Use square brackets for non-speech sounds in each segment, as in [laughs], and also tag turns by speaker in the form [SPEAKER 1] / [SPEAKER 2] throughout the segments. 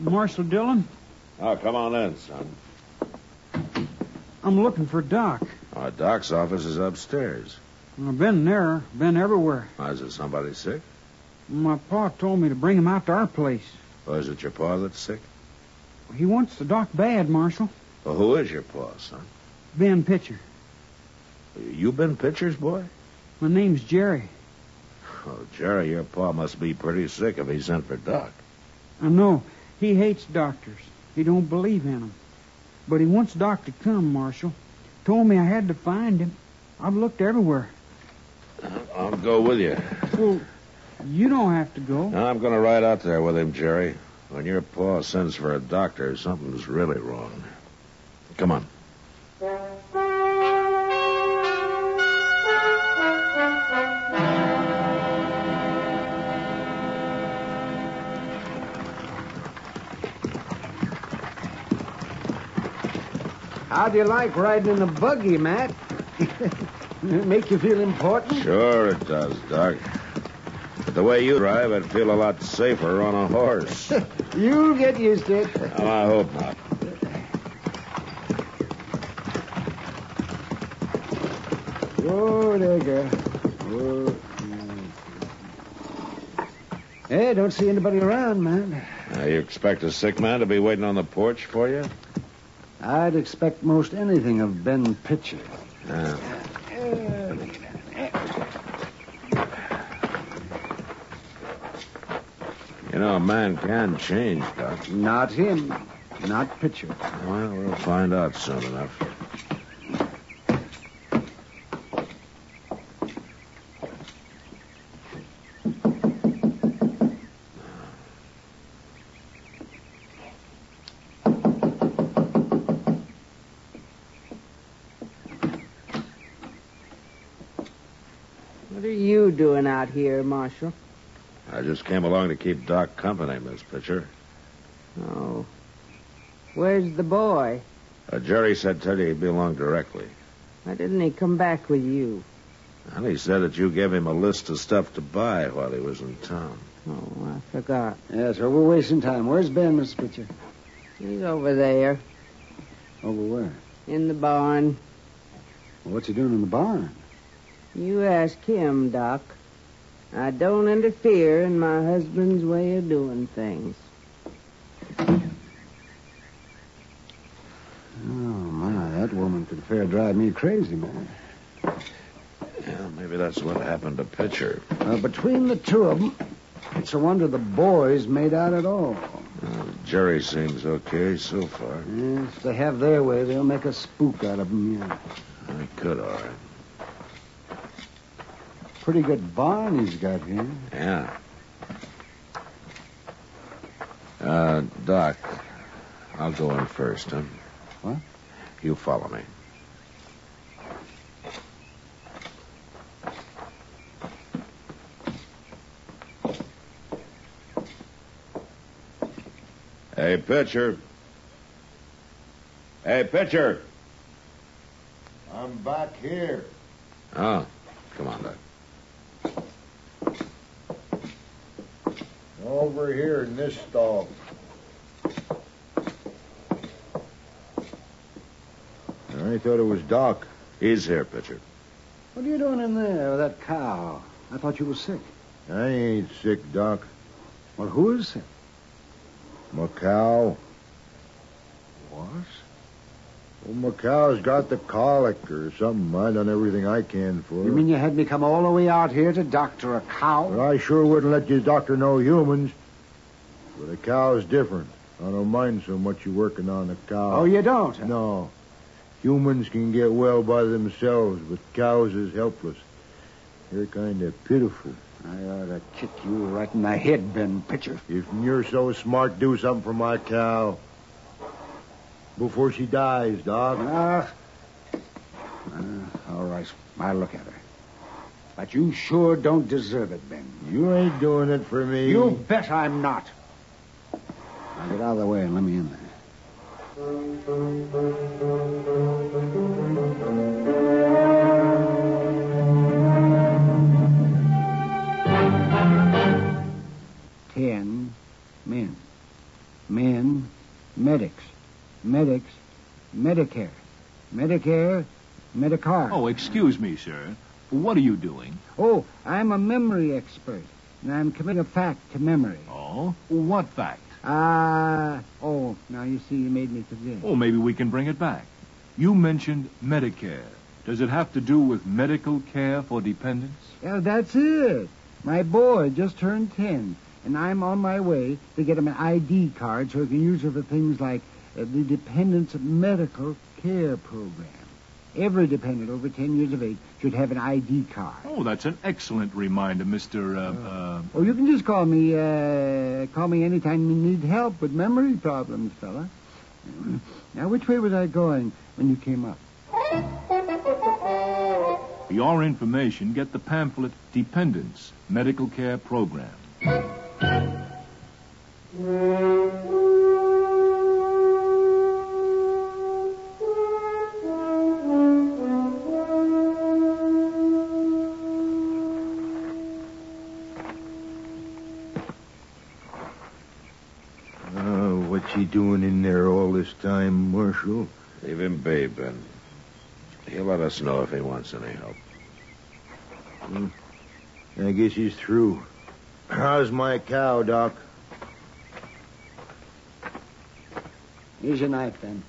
[SPEAKER 1] Marshal Dillon,
[SPEAKER 2] Oh, come on in, son.
[SPEAKER 1] I'm looking for Doc.
[SPEAKER 2] Our doc's office is upstairs. Ah,
[SPEAKER 1] I've been there, been everywhere.
[SPEAKER 2] Is it somebody sick?
[SPEAKER 1] My pa told me to bring him out to our place.
[SPEAKER 2] Or is it your pa that's sick?
[SPEAKER 1] He wants the doc bad, Marshal.
[SPEAKER 2] Well, who is your pa, son?
[SPEAKER 1] Ben Pitcher.
[SPEAKER 2] You been pitchers, boy?
[SPEAKER 1] My name's Jerry.
[SPEAKER 2] Oh, Jerry, your pa must be pretty sick if he sent for Doc.
[SPEAKER 1] I know he hates doctors. He don't believe in 'em. But he wants Doc to come, Marshal. Told me I had to find him. I've looked everywhere.
[SPEAKER 2] I'll go with you.
[SPEAKER 1] Well, you don't have to go.
[SPEAKER 2] Now, I'm going to ride out there with him, Jerry. When your pa sends for a doctor, something's really wrong. Come on.
[SPEAKER 3] How do you like riding in the buggy, Matt? [laughs] Make you feel important?
[SPEAKER 2] Sure it does, Doc. But the way you drive, I'd feel a lot safer on a horse. well,
[SPEAKER 3] You'll get used to it.
[SPEAKER 2] I hope not.
[SPEAKER 3] Oh, there you go. Oh, mm. Hey, don't see anybody around, Matt.
[SPEAKER 2] Now, you expect a sick man to be waiting on the porch for you?
[SPEAKER 3] I'd expect most anything of Ben Pitcher.
[SPEAKER 2] Yeah. You know, a man can change, Doc.
[SPEAKER 3] Not him. Not Pitcher.
[SPEAKER 2] Well, we'll find out soon enough.
[SPEAKER 4] What are you doing out here, Marshal?
[SPEAKER 2] I just came along to keep Doc company, Miss Pitcher.
[SPEAKER 4] Oh. Where's the boy?
[SPEAKER 2] Uh, Jerry said tell you he'd be along directly.
[SPEAKER 4] Why didn't he come back with you?
[SPEAKER 2] And he said that you gave him a list of stuff to buy while he was in town.
[SPEAKER 4] Oh, I forgot.
[SPEAKER 3] Yes, well, we're wasting time. Where's Ben, Miss Pitcher?
[SPEAKER 4] He's over there
[SPEAKER 3] Over where?
[SPEAKER 4] in the barn.
[SPEAKER 3] What's he doing in the barn?
[SPEAKER 4] You ask him, Doc. I don't interfere in my husband's way of doing things.
[SPEAKER 3] Oh, my, that woman could fair drive me crazy, man.
[SPEAKER 2] Yeah, maybe that's what happened to Pitcher.
[SPEAKER 3] Uh, between the two of them, It's a wonder the boys made out at all.
[SPEAKER 2] Uh, Jerry seems okay so far.
[SPEAKER 3] Yeah, If they have their way, they'll make a spook out of them, yeah.
[SPEAKER 2] I could, all right.
[SPEAKER 3] Pretty good barn he's got here.
[SPEAKER 2] Yeah. Uh, Doc, I'll go in first, huh?
[SPEAKER 3] What?
[SPEAKER 2] You follow me. Hey, pitcher. Hey, pitcher. I'm back here. Oh, come on, Doc.
[SPEAKER 5] Over here in this stall. I thought it was Doc.
[SPEAKER 2] He's here, pitcher.
[SPEAKER 3] What are you doing in there with that cow? I thought you were sick.
[SPEAKER 5] I ain't sick, Doc.
[SPEAKER 3] Well, who is sick?
[SPEAKER 5] My cow.
[SPEAKER 3] What?
[SPEAKER 5] Well, my cow's got the colic or something. I done everything I can for her.
[SPEAKER 3] You mean you had me come all the way out here to doctor a cow?
[SPEAKER 5] Well, I sure wouldn't let your doctor know humans. But a cow's different. I don't mind so much you working on a cow.
[SPEAKER 3] Oh, you don't? huh?
[SPEAKER 5] No. Humans can get well by themselves, but cows is helpless. They're kind of pitiful.
[SPEAKER 3] I ought to kick you right in the head, Ben Pitcher.
[SPEAKER 5] If you're so smart, do something for my cow. Before she dies, Doc.
[SPEAKER 3] Ah. Ah, all right. I'll look at her. But you sure don't deserve it, Ben.
[SPEAKER 5] You ain't doing it for me.
[SPEAKER 3] You bet I'm not. Now get out of the way and let me in there. Ten men. Men, medics. Medics, Medicare. Medicare, Medicare.
[SPEAKER 6] Oh, excuse me, sir. What are you doing?
[SPEAKER 3] Oh, I'm a memory expert, and I'm committing a fact to memory.
[SPEAKER 6] Oh, what fact?
[SPEAKER 3] Ah, oh, now you see, you made me forget.
[SPEAKER 6] Oh, maybe we can bring it back. You mentioned Medicare. Does it have to do with medical care for dependents?
[SPEAKER 3] Yeah, that's it. My boy just turned 10, and I'm on my way to get him an ID card so he can use it for things like uh, the Dependents Medical Care Program. Every dependent over 10 years of age should have an ID card.
[SPEAKER 6] Oh, that's an excellent reminder, Mr. Uh, uh,
[SPEAKER 3] Oh, you can just call me, uh, call me anytime you need help with memory problems, fella. Now, which way was I going when you came up?
[SPEAKER 6] for your information, get the pamphlet Dependents Medical Care Program.
[SPEAKER 5] Uh, what's he doing in there all this time, Marshal?
[SPEAKER 2] Leave him be, Ben. He'll let us know if he wants any help.
[SPEAKER 5] I guess he's through. How's my cow, Doc?
[SPEAKER 3] Here's your knife, Ben.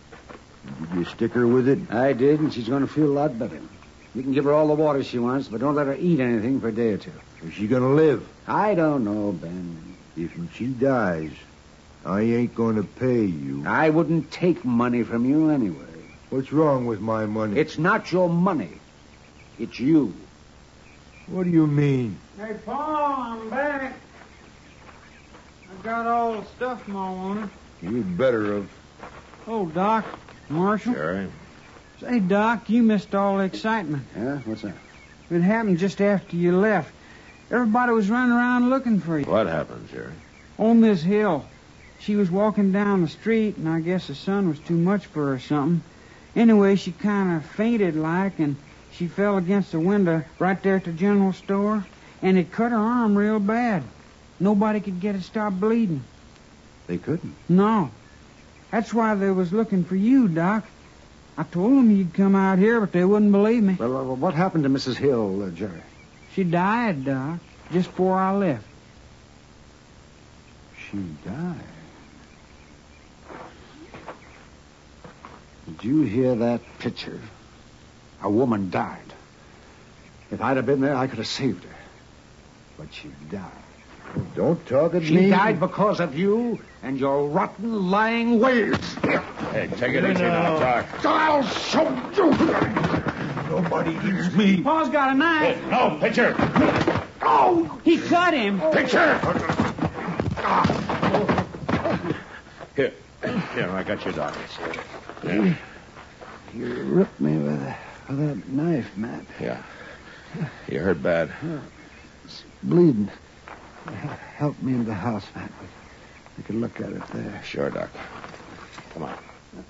[SPEAKER 5] Did you stick her with it?
[SPEAKER 3] I did, and she's going to feel a lot better. You can give her all the water she wants, but don't let her eat anything for a day or two.
[SPEAKER 5] Is she gonna live?
[SPEAKER 3] I don't know, Ben.
[SPEAKER 5] If she dies, I ain't gonna pay you.
[SPEAKER 3] I wouldn't take money from you anyway.
[SPEAKER 5] What's wrong with my money?
[SPEAKER 3] It's not your money. It's you.
[SPEAKER 5] What do you mean?
[SPEAKER 1] Hey, Paul, I'm back. I got all the stuff Ma wanted.
[SPEAKER 5] You better have.
[SPEAKER 1] Oh, Doc, Marshal.
[SPEAKER 2] Jerry?
[SPEAKER 1] Say, Doc, you missed all the excitement.
[SPEAKER 3] Yeah? What's that?
[SPEAKER 1] It happened just after you left. Everybody was running around looking for you.
[SPEAKER 2] What happened, Jerry?
[SPEAKER 1] On this hill. She was walking down the street, and I guess the sun was too much for her or something. Anyway, she kind of fainted like, and she fell against the window right there at the general store, and it cut her arm real bad. Nobody could get it stopped bleeding.
[SPEAKER 3] They couldn't.
[SPEAKER 1] No. That's why they was looking for you, Doc. I told them you'd come out here, but they wouldn't believe me.
[SPEAKER 3] Well, uh, what happened to Mrs. Hill, uh, Jerry?
[SPEAKER 1] She died, Doc, just before I left.
[SPEAKER 3] She died. Did you hear that picture? A woman died. If I'd have been there, I could have saved her. But she died.
[SPEAKER 5] Don't talk at
[SPEAKER 7] She
[SPEAKER 5] me.
[SPEAKER 7] died because of you and your rotten, lying ways.
[SPEAKER 2] Hey, take it easy now, Doc.
[SPEAKER 7] I'll show you. Nobody eats me.
[SPEAKER 1] Paul's got a knife.
[SPEAKER 2] No, pitcher.
[SPEAKER 7] Oh,
[SPEAKER 1] He cut him.
[SPEAKER 2] Pitcher! Here. Here, I got your Doc.
[SPEAKER 3] You ripped me with, a- with that knife, Matt.
[SPEAKER 2] Yeah. You hurt bad.
[SPEAKER 3] Bleeding. Help me into the house, Matt. We can look at it there.
[SPEAKER 2] Sure, Doc. Come on.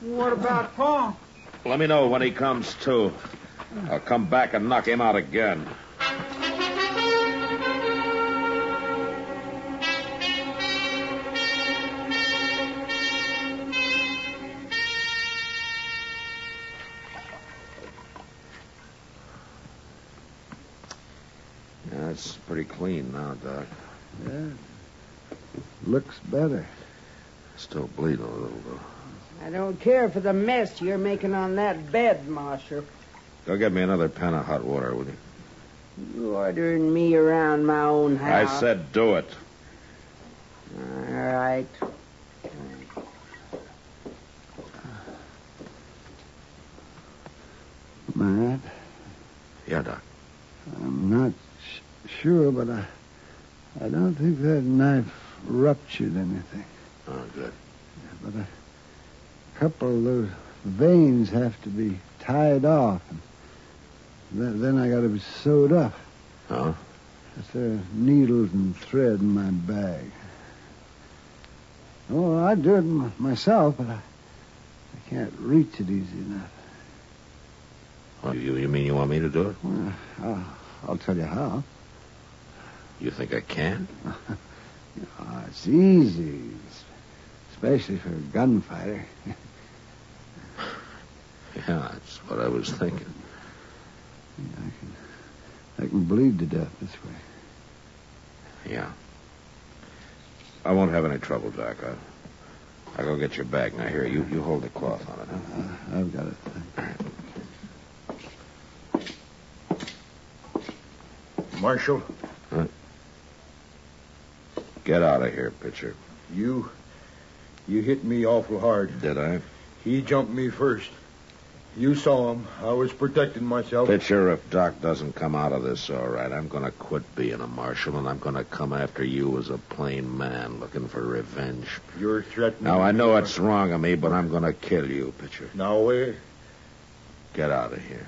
[SPEAKER 1] What about Paul?
[SPEAKER 2] Let me know when he comes to. I'll come back and knock him out again. Yeah, it's pretty clean now, Doc.
[SPEAKER 3] Yeah. Looks better.
[SPEAKER 2] Still bleeding a little, though.
[SPEAKER 4] I don't care for the mess you're making on that bed, Marshal.
[SPEAKER 2] Go get me another pan of hot water, will you?
[SPEAKER 4] You ordering me around my own house.
[SPEAKER 2] I said do it.
[SPEAKER 4] All right.
[SPEAKER 3] Matt,
[SPEAKER 2] Yeah, Doc.
[SPEAKER 3] I'm not sh- sure, but I, I don't think that knife ruptured anything.
[SPEAKER 2] Oh, good.
[SPEAKER 3] But a couple of those veins have to be tied off. And then, then I got to be sewed up.
[SPEAKER 2] Oh?
[SPEAKER 3] If there's needles and thread in my bag. Oh, I'd do it m- myself, but I, I can't reach it easy enough.
[SPEAKER 2] Well, you, you mean you want me to do it?
[SPEAKER 3] Well, I'll, I'll tell you how.
[SPEAKER 2] You think I can?
[SPEAKER 3] Ah, it's easy, s- especially for a gunfighter. [laughs]
[SPEAKER 2] Yeah, that's what I was thinking.
[SPEAKER 3] I can, I can bleed to death this way.
[SPEAKER 2] Yeah. I won't have any trouble, Doc. I, I'll go get your bag now. Here, you, you hold the cloth on it. Huh?
[SPEAKER 3] Uh, I've got it.
[SPEAKER 5] Marshal,
[SPEAKER 2] Get out of here, pitcher.
[SPEAKER 5] you. You hit me awful hard.
[SPEAKER 2] Did I?
[SPEAKER 5] He jumped me first. You saw him. I was protecting myself.
[SPEAKER 2] Pitcher, if Doc doesn't come out of this all right, I'm going to quit being a marshal and I'm going to come after you as a plain man looking for revenge.
[SPEAKER 5] You're threatening.
[SPEAKER 2] Now, I
[SPEAKER 5] me.
[SPEAKER 2] know it's wrong of me, but I'm going to kill you, pitcher.
[SPEAKER 5] Now, eh, where?
[SPEAKER 2] Get out of here.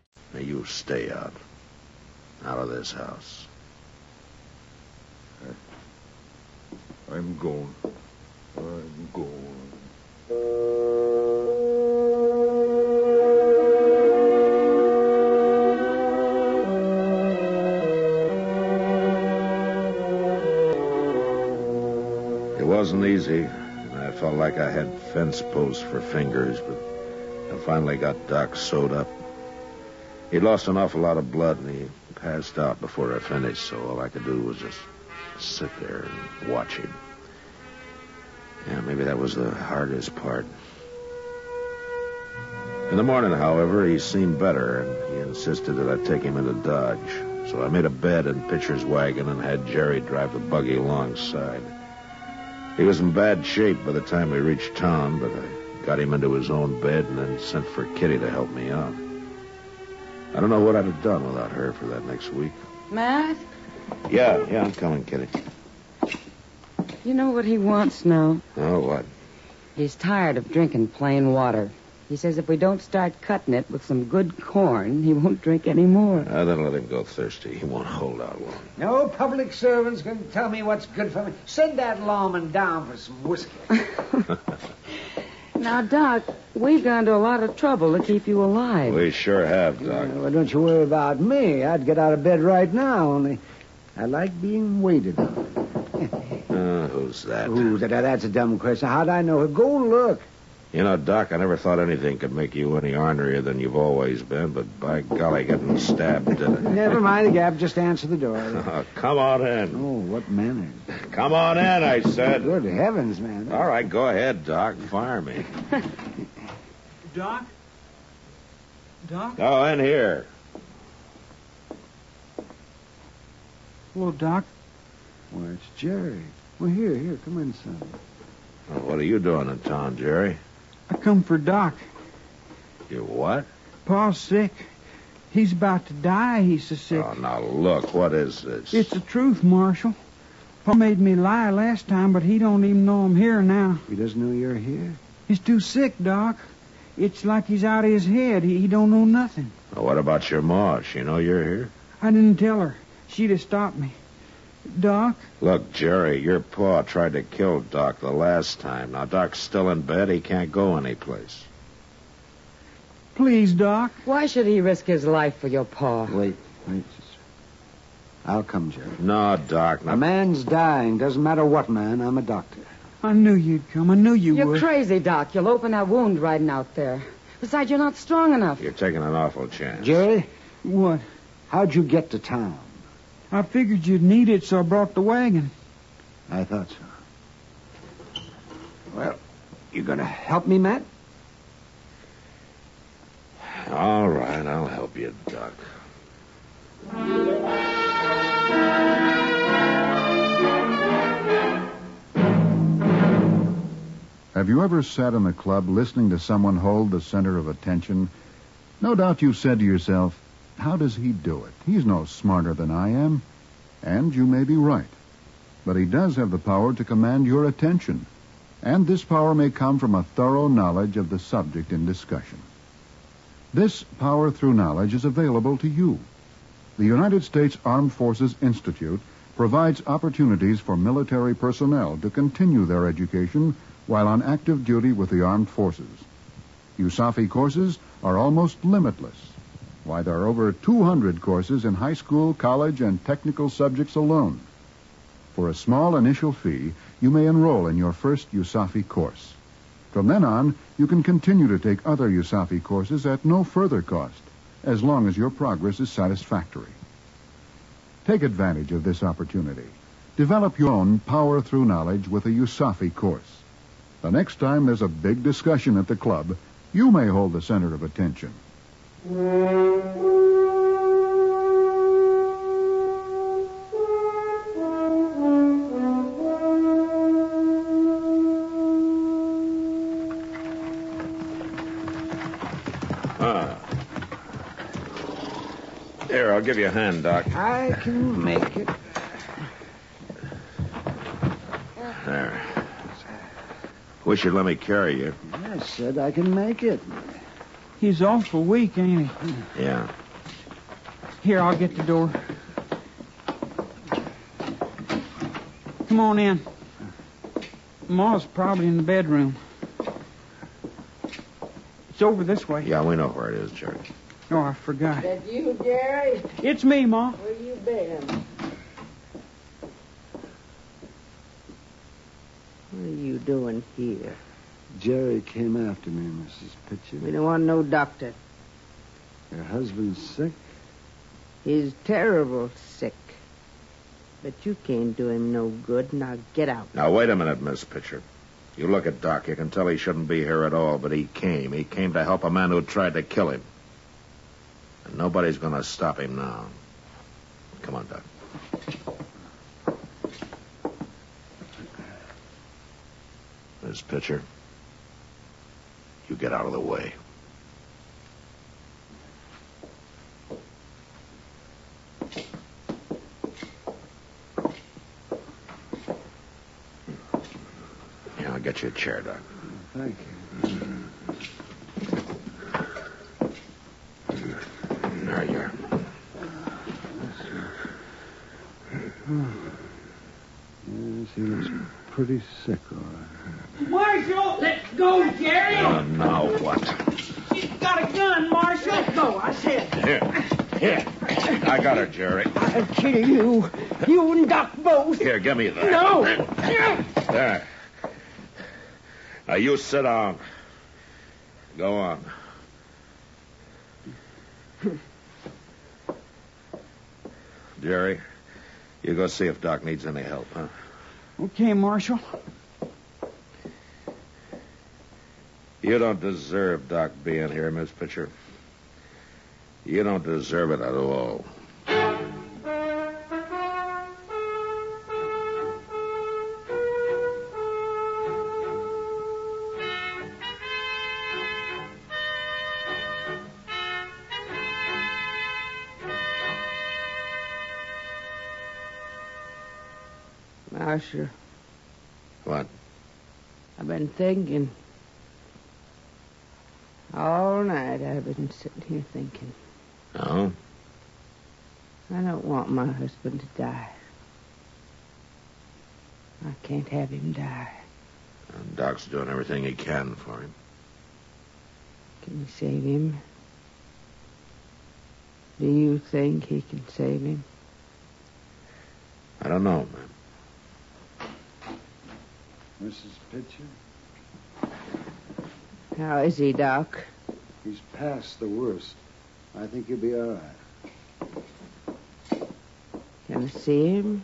[SPEAKER 2] Now, you stay out. Out of this house.
[SPEAKER 5] I'm going. I'm going.
[SPEAKER 2] It wasn't easy, and I felt like I had fence posts for fingers, but I finally got Doc sewed up. He lost an awful lot of blood, and he passed out before I finished, so all I could do was just sit there and watch him. Yeah, maybe that was the hardest part. In the morning, however, he seemed better, and he insisted that I take him into Dodge. So I made a bed in Pitcher's wagon and had Jerry drive the buggy alongside. He was in bad shape by the time we reached town, but I got him into his own bed and then sent for Kitty to help me out. I don't know what I'd have done without her for that next week.
[SPEAKER 4] Matt?
[SPEAKER 2] Yeah, yeah, I'm coming, Kitty.
[SPEAKER 8] You know what he wants now?
[SPEAKER 2] Oh, what?
[SPEAKER 8] He's tired of drinking plain water. He says if we don't start cutting it with some good corn, he won't drink any more.
[SPEAKER 2] I don't Uh, let him go thirsty. He won't hold out long.
[SPEAKER 9] No public servants can tell me what's good for me. Send that lawman down for some whiskey.
[SPEAKER 8] Now, Doc, we've gone to a lot of trouble to keep you alive.
[SPEAKER 2] We sure have, Doc.
[SPEAKER 3] Well, don't you worry about me. I'd get out of bed right now, only I like being waited on.
[SPEAKER 9] [laughs]
[SPEAKER 2] Uh, who's that?
[SPEAKER 3] Ooh, that, that's a dumb question. How'd I know her? Go look.
[SPEAKER 2] You know, Doc, I never thought anything could make you any ornerier than you've always been, but by golly, getting stabbed did it.
[SPEAKER 3] Never mind the gap. Just answer the door.
[SPEAKER 2] Oh, come on in.
[SPEAKER 3] Oh, what manners.
[SPEAKER 2] Come on in, I said.
[SPEAKER 3] Good heavens, man.
[SPEAKER 2] All right, go ahead, Doc. Fire me.
[SPEAKER 1] Doc? Doc?
[SPEAKER 2] Oh, in here.
[SPEAKER 1] Hello, Doc.
[SPEAKER 3] Why, it's Jerry. Well, here, here, come in, son.
[SPEAKER 2] Well, what are you doing in town, Jerry?
[SPEAKER 1] I come for Doc.
[SPEAKER 2] You what?
[SPEAKER 1] Pa's sick. He's about to die, he's so sick.
[SPEAKER 2] Oh, now look, what is this?
[SPEAKER 1] It's the truth, Marshal. Pa made me lie last time, but he don't even know I'm here now.
[SPEAKER 3] He doesn't know you're here?
[SPEAKER 1] He's too sick, Doc. It's like he's out of his head. He, he don't know nothing.
[SPEAKER 2] Now, what about your ma? She know you're here?
[SPEAKER 1] I didn't tell her. She'd have stopped me. Doc?
[SPEAKER 2] Look, Jerry, your pa tried to kill Doc the last time. Now, Doc's still in bed. He can't go anyplace.
[SPEAKER 1] Please, Doc.
[SPEAKER 8] Why should he risk his life for your paw?
[SPEAKER 3] Wait, wait. sister. I'll come, Jerry.
[SPEAKER 2] No, Doc,
[SPEAKER 3] A
[SPEAKER 2] no.
[SPEAKER 3] man's dying. Doesn't matter what man. I'm a doctor.
[SPEAKER 1] I knew you'd come. I knew you
[SPEAKER 8] You're
[SPEAKER 1] would.
[SPEAKER 8] crazy, Doc. You'll open that wound riding out there. Besides, you're not strong enough.
[SPEAKER 2] You're taking an awful chance.
[SPEAKER 3] Jerry,
[SPEAKER 1] what?
[SPEAKER 3] how'd you get to town?
[SPEAKER 1] I figured you'd need it, so I brought the wagon.
[SPEAKER 3] I thought so. Well, you gonna help me, Matt?
[SPEAKER 2] All right, I'll help you, Doc.
[SPEAKER 5] Have you ever sat in a club listening to someone hold the center of attention? No doubt you've said to yourself, How does he do it? He's no smarter than I am. And you may be right. But he does have the power to command your attention. And this power may come from a thorough knowledge of the subject in discussion. This power through knowledge is available to you. The United States Armed Forces Institute provides opportunities for military personnel to continue their education while on active duty with the armed forces. USAFI courses are almost limitless. Why, there are over 200 courses in high school, college, and technical subjects alone. For a small initial fee, you may enroll in your first USAFI course. From then on, you can continue to take other USAFI courses at no further cost, as long as your progress is satisfactory. Take advantage of this opportunity. Develop your own power through knowledge with a USAFI course. The next time there's a big discussion at the club, you may hold the center of attention.
[SPEAKER 2] Ah. Here, I'll give you a hand, Doc.
[SPEAKER 3] I can make it.
[SPEAKER 2] There. Wish you'd let me carry you.
[SPEAKER 3] I said I can make it.
[SPEAKER 1] He's awful weak, ain't he?
[SPEAKER 2] Yeah.
[SPEAKER 1] Here, I'll get the door. Come on in. Ma's probably in the bedroom. It's over this way.
[SPEAKER 2] Yeah, we know where it is, Jerry.
[SPEAKER 1] Oh, I forgot.
[SPEAKER 4] That you, Jerry?
[SPEAKER 1] It's me, Ma.
[SPEAKER 4] Where you been? What are you doing here?
[SPEAKER 3] Jerry came after me, Mrs. Pitcher.
[SPEAKER 4] We don't want no doctor.
[SPEAKER 3] Your husband's sick.
[SPEAKER 4] He's terrible sick. But you can't do him no good. Now get out.
[SPEAKER 2] Now, wait a minute, Miss Pitcher. You look at Doc, you can tell he shouldn't be here at all, but he came. He came to help a man who tried to kill him. And nobody's going to stop him now. Come on, Doc. Miss Pitcher, you get out of the way. get you a chair, Doc.
[SPEAKER 10] Thank
[SPEAKER 2] you. There you are.
[SPEAKER 3] Yes, he looks pretty sick, all right.
[SPEAKER 11] Marshal, let go, Jerry.
[SPEAKER 2] Uh, now what?
[SPEAKER 11] She's got a gun, Marshal. Let go, I said.
[SPEAKER 2] Here. Here. I got her, Jerry.
[SPEAKER 11] I'll kill you. You and Doc both.
[SPEAKER 2] Here, give me that. There. Now, you sit down. Go on. Jerry, you go see if Doc needs any help, huh?
[SPEAKER 11] Okay, Marshal.
[SPEAKER 2] You don't deserve Doc being here, Miss Pitcher. You don't deserve it at all.
[SPEAKER 4] Marshal.
[SPEAKER 2] What?
[SPEAKER 4] I've been thinking. All night I've been sitting here thinking.
[SPEAKER 2] No?
[SPEAKER 4] I don't want my husband to die. I can't have him die.
[SPEAKER 2] And Doc's doing everything he can for him.
[SPEAKER 4] Can you save him? Do you think he can save him?
[SPEAKER 2] I don't know, ma'am.
[SPEAKER 3] Mrs. Pitcher,
[SPEAKER 4] How is he, Doc?
[SPEAKER 3] he's past the worst. I think he'll be all right.
[SPEAKER 4] Can I see him?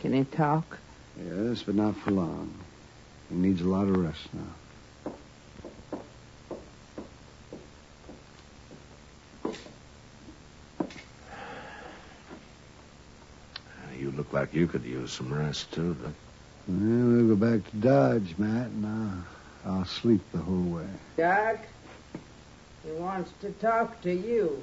[SPEAKER 4] Can he talk?
[SPEAKER 3] Yes, but not for long. He needs a lot of rest now.
[SPEAKER 2] You look like you could use some rest, too, Doc.
[SPEAKER 3] Well, we'll go back to Dodge, Matt, and I'll, I'll sleep the whole way.
[SPEAKER 4] Doc, he wants to talk to you.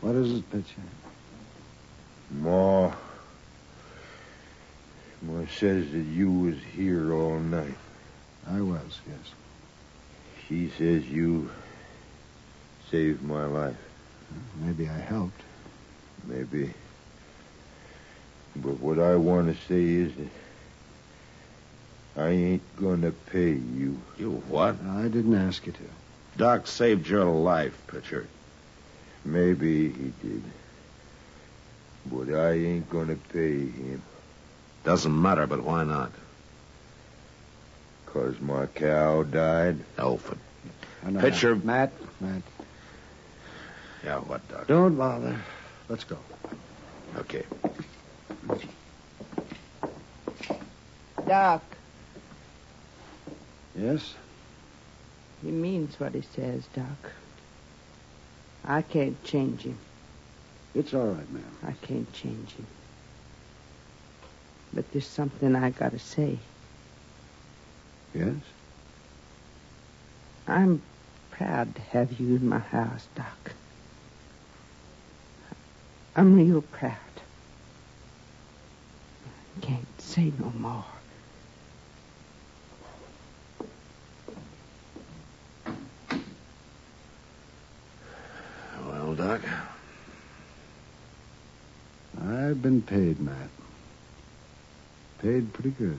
[SPEAKER 3] What is it, Pitcher?
[SPEAKER 5] Ma. Ma says that you was here all night.
[SPEAKER 3] I was, yes.
[SPEAKER 5] She says you saved my life.
[SPEAKER 3] Maybe I helped.
[SPEAKER 5] Maybe. But what I want to say is that I ain't going to pay you.
[SPEAKER 2] You what?
[SPEAKER 3] I didn't ask you to.
[SPEAKER 2] Doc saved your life, Pitcher.
[SPEAKER 5] Maybe he did. But I ain't going to pay him.
[SPEAKER 2] Doesn't matter, but why not?
[SPEAKER 5] 'Cause my cow died.
[SPEAKER 2] Alfred.
[SPEAKER 3] I know.
[SPEAKER 2] Pitcher.
[SPEAKER 3] Matt, Matt,
[SPEAKER 2] Yeah, what, Doc?
[SPEAKER 3] don't bother. Let's go.
[SPEAKER 2] Okay.
[SPEAKER 4] Doc,
[SPEAKER 3] Yes?
[SPEAKER 4] he means what he says, Doc. I can't change him.
[SPEAKER 3] It's all right, ma'am.
[SPEAKER 4] I can't change him. But there's something I gotta say.
[SPEAKER 3] Yes?
[SPEAKER 4] I'm proud to have you in my house, Doc. I'm real proud. I can't say no more.
[SPEAKER 2] Well, Doc,
[SPEAKER 3] I've been paid, Matt. Paid pretty good.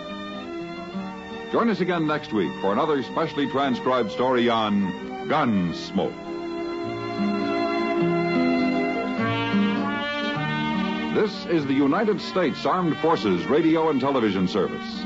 [SPEAKER 11] Join us again next week for another specially transcribed story on Gunsmoke. This is the United States Armed Forces Radio and Television Service.